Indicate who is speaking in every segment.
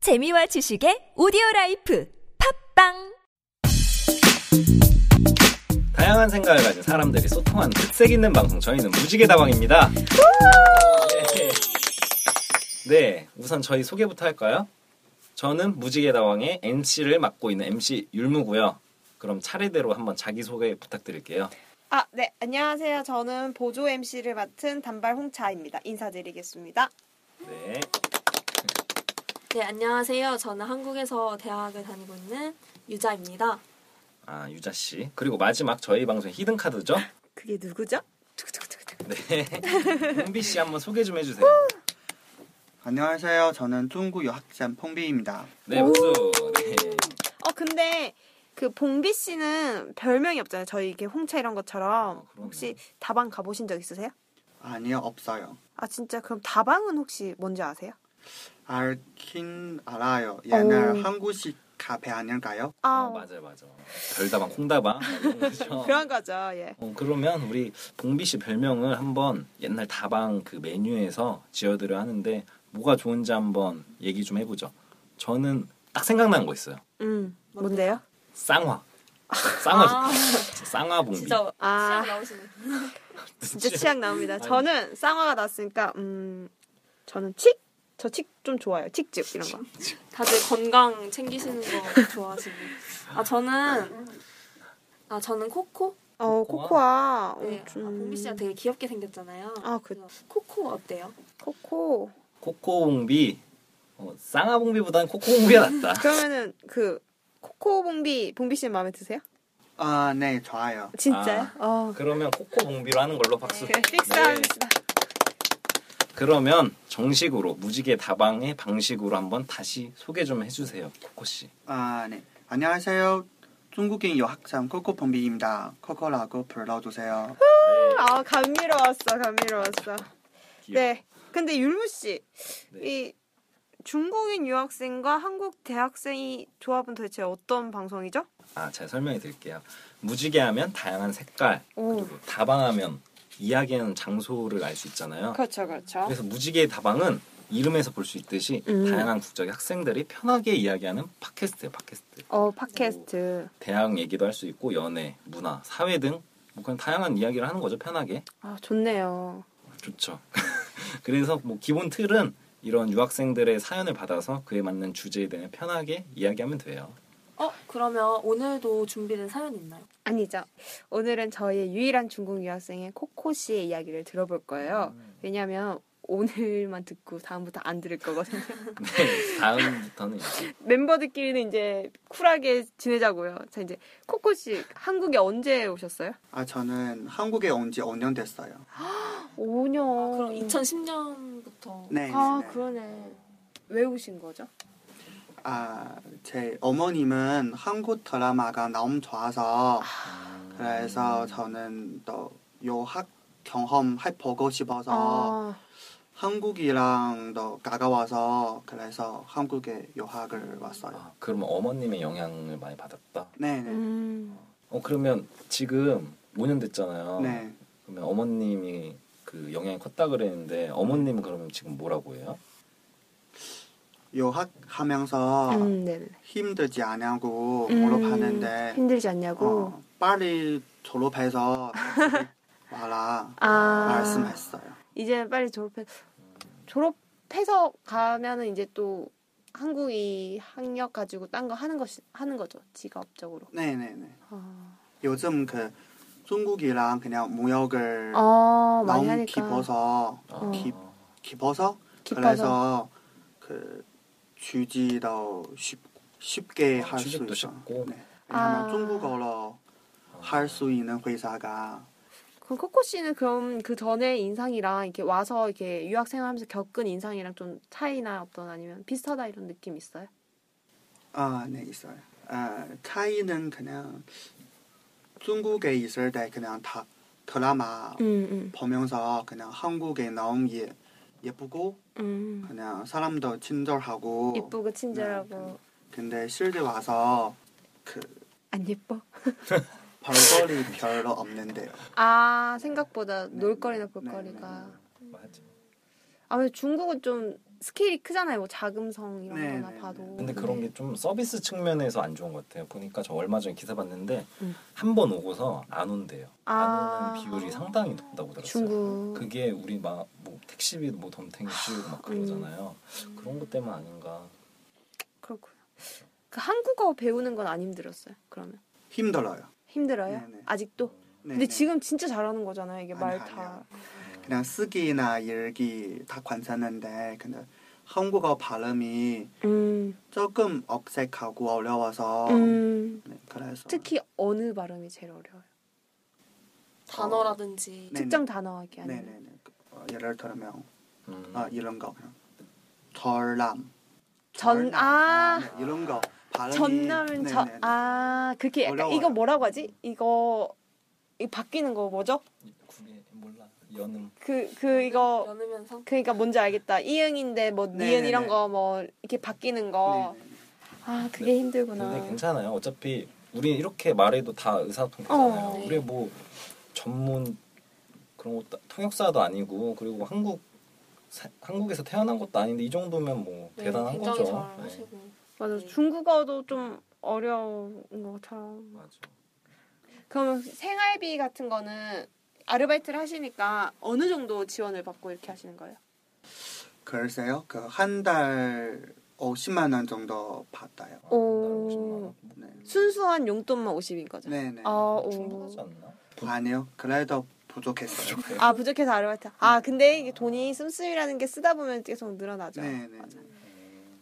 Speaker 1: 재미와 지식의 오디오 라이프 팝빵
Speaker 2: 다양한 생각을 가진 사람들이 소통하는 특색 있는 방송 저희는 무지개 다방입니다. 예. 네, 우선 저희 소개부터 할까요? 저는 무지개 다방의 MC를 맡고 있는 MC 율무고요. 그럼 차례대로 한번 자기 소개 부탁드릴게요.
Speaker 3: 아, 네. 안녕하세요. 저는 보조 MC를 맡은 단발 홍차입니다. 인사드리겠습니다.
Speaker 2: 네,
Speaker 4: 네, 안녕하세요. 저는 한국에서 대학을 다니고 있는 유자입니다.
Speaker 2: 아 유자 씨 그리고 마지막 저희 방송 히든 카드죠?
Speaker 3: 그게 누구죠?
Speaker 2: 네, 홍비 씨 한번 소개 좀 해주세요.
Speaker 5: 안녕하세요. 저는 중구 여학생 퐁비입니다.
Speaker 2: 네, 박수. 네.
Speaker 3: 어, 근데 그 봉비 씨는 별명이 없잖아요. 저희 이게 홍차 이런
Speaker 2: 아,
Speaker 3: 것처럼
Speaker 2: 그러네.
Speaker 3: 혹시 다방 가보신 적 있으세요?
Speaker 5: 아니요, 없어요.
Speaker 3: 아, 진짜 그럼 다방은 혹시 뭔지 아세요?
Speaker 5: 알긴 알아요. 옛날
Speaker 3: 오.
Speaker 5: 한국식 카페 아닌가요?
Speaker 2: 아,
Speaker 3: 아,
Speaker 2: 맞아요, 맞아요. 별다방, 콩다방 그렇죠. 이런 거죠.
Speaker 3: 그런 거죠. 예.
Speaker 2: 어, 그러면 우리 봉비 씨 별명을 한번 옛날 다방 그 메뉴에서 지어드려 하는데 뭐가 좋은지 한번 얘기 좀 해보죠. 저는 딱 생각난 거 있어요.
Speaker 3: 음, 뭔데요?
Speaker 2: 쌍화. 쌍화죠. 쌍화 봉비.
Speaker 4: 진짜
Speaker 3: 아.
Speaker 4: 시험 나오시네.
Speaker 3: 진짜 취향 나옵니다.
Speaker 2: 아니.
Speaker 3: 저는 쌍화가 났으니까 음, 저는 칡? 저 칡 좀 좋아요. 칡즙 이런 거.
Speaker 4: 다들 건강 챙기시는 거 좋아하시고. 아, 저는 아, 저는 코코?
Speaker 3: 어, 코코아.
Speaker 4: 네.
Speaker 3: 어,
Speaker 4: 아,
Speaker 3: 좀-
Speaker 4: 봉비 씨가 되게 귀엽게 생겼잖아요.
Speaker 3: 아, 그-
Speaker 4: 그래서 코코 어때요?
Speaker 3: 코코.
Speaker 2: 코코 봉비. 어, 쌍화 봉비보다는 코코 봉비가 낫다.
Speaker 3: 그러면은 그 코코 봉비 봉비 씨는 마음에 드세요?
Speaker 5: 아, 네, 좋아요.
Speaker 3: 진짜요? 어.
Speaker 2: 그러면 코코 봉비로 하는 걸로 박수.
Speaker 3: 그래
Speaker 2: 네.
Speaker 3: 픽스합시다.
Speaker 2: 그러면 정식으로 무지개 다방의 방식으로 한번 다시 소개 좀 해주세요, 코코 씨.
Speaker 5: 아, 네. 안녕하세요. 중국인 여학생 코코 퐁비입니다. 코코라고 불러주세요.
Speaker 2: 네,
Speaker 3: 아 감미로웠어, 감미로웠어.
Speaker 2: 귀여워.
Speaker 3: 네. 근데 율무 씨,
Speaker 2: 예. 네.
Speaker 3: 이 중국인 유학생과 한국 대학생이 조합은 도대체 어떤 방송이죠?
Speaker 2: 아, 잘 설명해 드릴게요. 무지개 하면 다양한 색깔,
Speaker 3: 오.
Speaker 2: 그리고 다방 하면 이야기하는 장소를 알 수 있잖아요.
Speaker 3: 그렇죠, 그렇죠.
Speaker 2: 그래서 무지개 다방은 이름에서 볼 수 있듯이
Speaker 3: 음.
Speaker 2: 다양한 국적의 학생들이 편하게 이야기하는 팟캐스트예요, 팟캐스트.
Speaker 3: 어 팟캐스트.
Speaker 2: 대학 얘기도 할 수 있고 연애, 문화, 사회 등뭐 그런 다양한 이야기를 하는 거죠, 편하게.
Speaker 3: 아 좋네요.
Speaker 2: 좋죠. 그래서 뭐 기본 틀은 이런 유학생들의 사연을 받아서 그에 맞는 주제에 대해 편하게 이야기하면 돼요.
Speaker 4: 어, 그러면 오늘도 준비된 사연 있나요?
Speaker 3: 아니죠. 오늘은 저희의 유일한 중국 유학생인 코코 씨의 이야기를 들어볼 거예요.
Speaker 2: 음.
Speaker 3: 왜냐하면 오늘만 듣고 다음부터 안 들을 거거든요.
Speaker 2: 네, 다음부터는 이제
Speaker 3: 멤버들끼리는 이제 쿨하게 지내자고요. 자 이제 코코 씨 한국에 언제 오셨어요?
Speaker 5: 아, 저는 한국에 온 지 5년 됐어요.
Speaker 3: 5년.
Speaker 4: 그럼 2010년부터
Speaker 5: 네.
Speaker 3: 아
Speaker 5: 네.
Speaker 3: 그러네. 왜 오신 거죠?
Speaker 5: 아, 제 어머님은 한국 드라마가 너무 좋아서 그래서 저는 또 요학 경험 해보고
Speaker 3: 아,
Speaker 5: 싶어서 한국이랑 더 가까워서 그래서 한국에 요학을 왔어요.
Speaker 2: 아, 그러면 어머님의 영향을 많이 받았다.
Speaker 5: 네, 네,
Speaker 3: 음.
Speaker 2: 어 그러면 지금 5년 됐잖아요.
Speaker 5: 네.
Speaker 2: 그러면 어머님이 그 영향이 컸다 그랬는데 어머님은 그러면 지금 뭐라고 해요?
Speaker 5: 요학하면서
Speaker 3: 음, 네네.
Speaker 5: 힘들지 않냐고
Speaker 3: 음,
Speaker 5: 물어봤는데
Speaker 3: 힘들지 않냐고.
Speaker 5: 어, 빨리 졸업해서 와라
Speaker 3: 아.
Speaker 5: 말씀했어요.
Speaker 3: 이제 빨리 졸업해 졸업해서 가면은 이제 또 한국이 학력 가지고 딴 거 하는 것 하는 거죠 직업적으로.
Speaker 5: 네, 네, 네.
Speaker 3: 아,
Speaker 5: 요즘 그 중국이랑 그냥 무역을
Speaker 3: 어, 많이
Speaker 5: 너무
Speaker 3: 하니까
Speaker 5: 깊어서
Speaker 2: 아,
Speaker 5: 기- 깊어서
Speaker 3: 깊어서.
Speaker 5: 그래서 그 주지도 쉽, 쉽게
Speaker 2: 아,
Speaker 5: 할 수
Speaker 2: 취직도
Speaker 5: 있어.
Speaker 2: 쉽고.
Speaker 5: 네. 왜냐면
Speaker 3: 아.
Speaker 5: 중국어로 할 수 있는 회사가
Speaker 3: 그럼 코코 씨는 그럼 그 전에 인상이랑 이렇게 와서 이렇게 유학생활하면서 겪은 인상이랑 좀 차이나 어떤 아니면 비슷하다 이런 느낌 있어요?
Speaker 5: 아, 네 있어요. 아, 차이는 그냥 중국에 있을 때 그냥 다 드라마
Speaker 3: 음,
Speaker 5: 보면서 그냥 한국에 너무 예, 예쁘고
Speaker 3: 음, 음.
Speaker 5: 그냥 사람도 친절하고
Speaker 3: 예쁘고 친절하고
Speaker 5: 네. 근데 실제 와서 그
Speaker 3: 안 예뻐?
Speaker 5: 별거리 별로 없는데요.
Speaker 3: 아 생각보다 놀거리나
Speaker 5: 네, 네,
Speaker 3: 볼거리가
Speaker 2: 맞아.
Speaker 3: 아무래도 중국은 좀 스케일이 크잖아요. 뭐 자금성 이런
Speaker 5: 네,
Speaker 3: 거나
Speaker 5: 네,
Speaker 3: 봐도.
Speaker 5: 네.
Speaker 2: 근데 그런 게 좀 서비스 측면에서 안 좋은 것 같아요. 보니까 저 얼마 전에 기사 봤는데
Speaker 3: 음.
Speaker 2: 한 번 오고서 안 온대요.
Speaker 3: 아.
Speaker 2: 안 오는 비율이 상당히 높다고 들었어요.
Speaker 3: 중국.
Speaker 2: 그게 우리 막 뭐 택시비 뭐 덤탱이 씌우고 막 그러잖아요.
Speaker 3: 음.
Speaker 2: 그런 것 때문 아닌가.
Speaker 3: 그렇고요. 그 한국어 배우는 건 안 힘들었어요. 그러면
Speaker 5: 힘들어요.
Speaker 3: 힘들어요?
Speaker 5: 네, 네.
Speaker 3: 아직도.
Speaker 5: 네,
Speaker 3: 근데
Speaker 5: 네.
Speaker 3: 지금 진짜 잘하는 거잖아요. 이게 말
Speaker 5: 아니,
Speaker 3: 다.
Speaker 5: 그냥 쓰기나 읽기 다 괜찮은데 근데 한국어 발음이
Speaker 3: 음.
Speaker 5: 조금 어색하고 어려워서
Speaker 3: 음.
Speaker 5: 네, 그래서
Speaker 3: 특히 어느 발음이 제일 어려워요?
Speaker 4: 단어라든지
Speaker 5: 네.
Speaker 3: 특정 단어하기 아니면
Speaker 5: 네네네 그, 어, 예를 들면
Speaker 2: 음.
Speaker 5: 아 이런 거 그냥 절남
Speaker 3: 전-
Speaker 5: 절남,
Speaker 3: 아.
Speaker 5: 네, 이런 거 발음이
Speaker 3: 전남은
Speaker 5: 네네네.
Speaker 3: 저아 그렇게 약간
Speaker 5: 어려워요.
Speaker 3: 이거 뭐라고 하지? 이거 이 바뀌는 거 뭐죠?
Speaker 2: 구리 몰라 연음.
Speaker 3: 그 그 이거
Speaker 4: 네, 연으면 상
Speaker 3: 그러니까 뭔지 알겠다. 이응인데 뭐
Speaker 5: 네,
Speaker 3: 니은
Speaker 5: 네,
Speaker 3: 이런
Speaker 5: 네.
Speaker 3: 거 뭐 이렇게 바뀌는 거.
Speaker 5: 네네네.
Speaker 3: 아 그게 힘들구나.
Speaker 2: 근데 괜찮아요. 어차피 우리는 이렇게 말해도 다 의사소통잖아요.
Speaker 3: 어.
Speaker 2: 우리 뭐 전문 그런 것도 통역사도 아니고 그리고 한국 사- 한국에서 태어난 것도 아닌데 이 정도면 뭐
Speaker 4: 네,
Speaker 2: 대단한
Speaker 4: 굉장히
Speaker 2: 거죠. 네,
Speaker 4: 잘하시고
Speaker 3: 맞아.
Speaker 4: 네.
Speaker 3: 중국어도 좀 어려운 것처럼.
Speaker 2: 맞아.
Speaker 3: 그러면 생활비 같은 거는 아르바이트를 하시니까 어느 정도 지원을 받고 이렇게 하시는 거예요?
Speaker 5: 글쎄요 그 한 달 50만 원 정도 받아요
Speaker 2: 아,
Speaker 3: 오.
Speaker 2: 한 달에 50만 원.
Speaker 5: 네.
Speaker 3: 순수한 용돈만 50인 거죠?
Speaker 5: 네네 뭐
Speaker 3: 아, 오.
Speaker 2: 충분하지 않나?
Speaker 5: 아니요 그래도 부족했어요
Speaker 2: 부족해요.
Speaker 3: 아 부족해서 아르바이트. 아 근데 이게 돈이 씀씀이라는 게 쓰다 보면 계속 늘어나죠.
Speaker 5: 네네
Speaker 3: 맞아.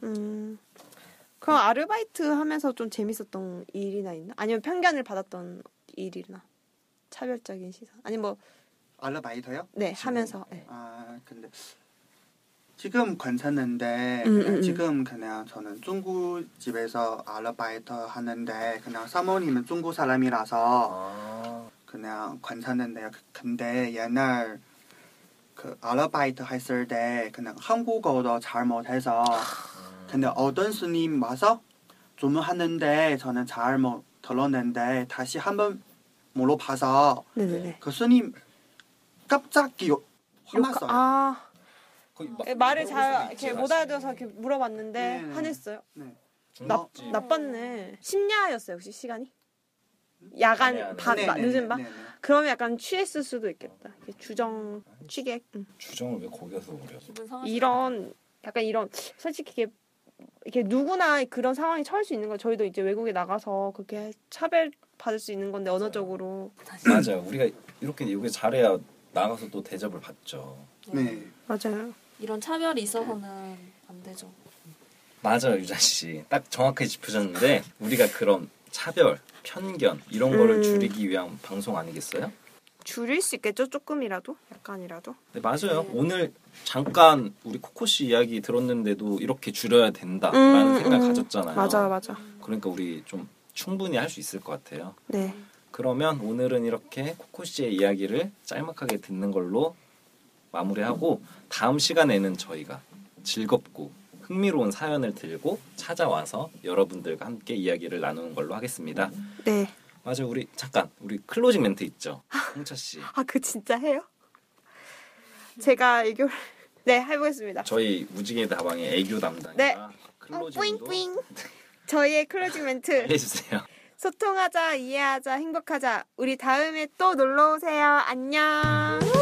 Speaker 3: 음. 그럼 아르바이트 하면서 좀 재밌었던 일이나 있나? 아니면 편견을 받았던 일이나 차별적인 시선? 아니 뭐 네
Speaker 5: 아르바이트요
Speaker 3: 하면서 네.
Speaker 5: 아 근데 지금 괜찮은데
Speaker 3: 음,
Speaker 5: 그냥
Speaker 3: 음, 음.
Speaker 5: 지금 그냥 저는 중국 집에서 아르바이트 하는데 그냥 사모님은 중국 사람이라서
Speaker 2: 아,
Speaker 5: 그냥 괜찮은데요. 그- 근데 옛날 그 아르바이트 했을 때 그냥 한국어도 잘 못해서 근데 어떤 스님 와서 주문하는데 저는 잘 못 들었는데 다시 한번 물어봐서
Speaker 3: 네네네.
Speaker 5: 그 스님 깜짝이
Speaker 3: 욕하-
Speaker 5: 화났어요.
Speaker 3: 아
Speaker 2: 거의 막
Speaker 3: 예, 말을
Speaker 2: 물어볼
Speaker 3: 잘
Speaker 2: 수도 있지,
Speaker 3: 이렇게 못
Speaker 2: 사실.
Speaker 3: 알아들어서 이렇게 물어봤는데
Speaker 5: 네.
Speaker 3: 화냈어요.
Speaker 5: 네.
Speaker 3: 나,
Speaker 2: 중국집.
Speaker 3: 나빴네. 심야였어요 혹시 시간이? 야간
Speaker 2: 아니, 아니.
Speaker 3: 밤
Speaker 5: 네,
Speaker 3: 나-
Speaker 5: 네,
Speaker 3: 늦은
Speaker 5: 네,
Speaker 3: 밤?
Speaker 5: 네, 네.
Speaker 3: 그러면 약간 취했을 수도 있겠다. 이렇게 주정 취객. 음.
Speaker 2: 주정을 왜 거기서 우려?
Speaker 4: 기분 상하시
Speaker 3: 이런 약간 이런 솔직히 이게 이게 누구나 그런 상황에 처할 수 있는 거 저희도 이제 외국에 나가서 그렇게 차별 받을 수 있는 건데 언어적으로
Speaker 2: 맞아요. 우리가 이렇게 여기 잘해야 나가서 또 대접을 받죠.
Speaker 5: 네.
Speaker 3: 맞아요.
Speaker 4: 이런 차별이 있어서는 안 되죠.
Speaker 2: 맞아요, 유자 씨. 딱 정확하게 짚으셨는데 우리가 그런 차별, 편견 이런 거를
Speaker 3: 음.
Speaker 2: 줄이기 위한 방송 아니겠어요?
Speaker 3: 줄일 수 있겠죠 조금이라도 약간이라도.
Speaker 2: 네, 맞아요.
Speaker 4: 네.
Speaker 2: 오늘 잠깐 우리 코코 씨 이야기 들었는데도 이렇게 줄여야 된다라는
Speaker 3: 음,
Speaker 2: 아, 생각
Speaker 3: 음.
Speaker 2: 가졌잖아요.
Speaker 3: 맞아 맞아.
Speaker 2: 그러니까 우리 좀 충분히 할 수 있을 것 같아요.
Speaker 3: 네.
Speaker 2: 그러면 오늘은 이렇게 코코 씨의 이야기를 짤막하게 듣는 걸로 마무리하고 다음 시간에는 저희가 즐겁고 흥미로운 사연을 들고 찾아와서 여러분들과 함께 이야기를 나누는 걸로 하겠습니다.
Speaker 3: 네.
Speaker 2: 맞아요. 우리 잠깐 우리 클로징 멘트 있죠. 홍철 씨.
Speaker 3: 아 그 진짜 해요? 제가 애교를 네 해보겠습니다.
Speaker 2: 저희 무지개 다방의 애교 담당이라
Speaker 3: 네.
Speaker 2: 클로징도 아, 네.
Speaker 3: 저희의 클로징 멘트
Speaker 2: 해 주세요.
Speaker 3: 소통하자 이해하자 행복하자 우리 다음에 또 놀러 오세요 안녕.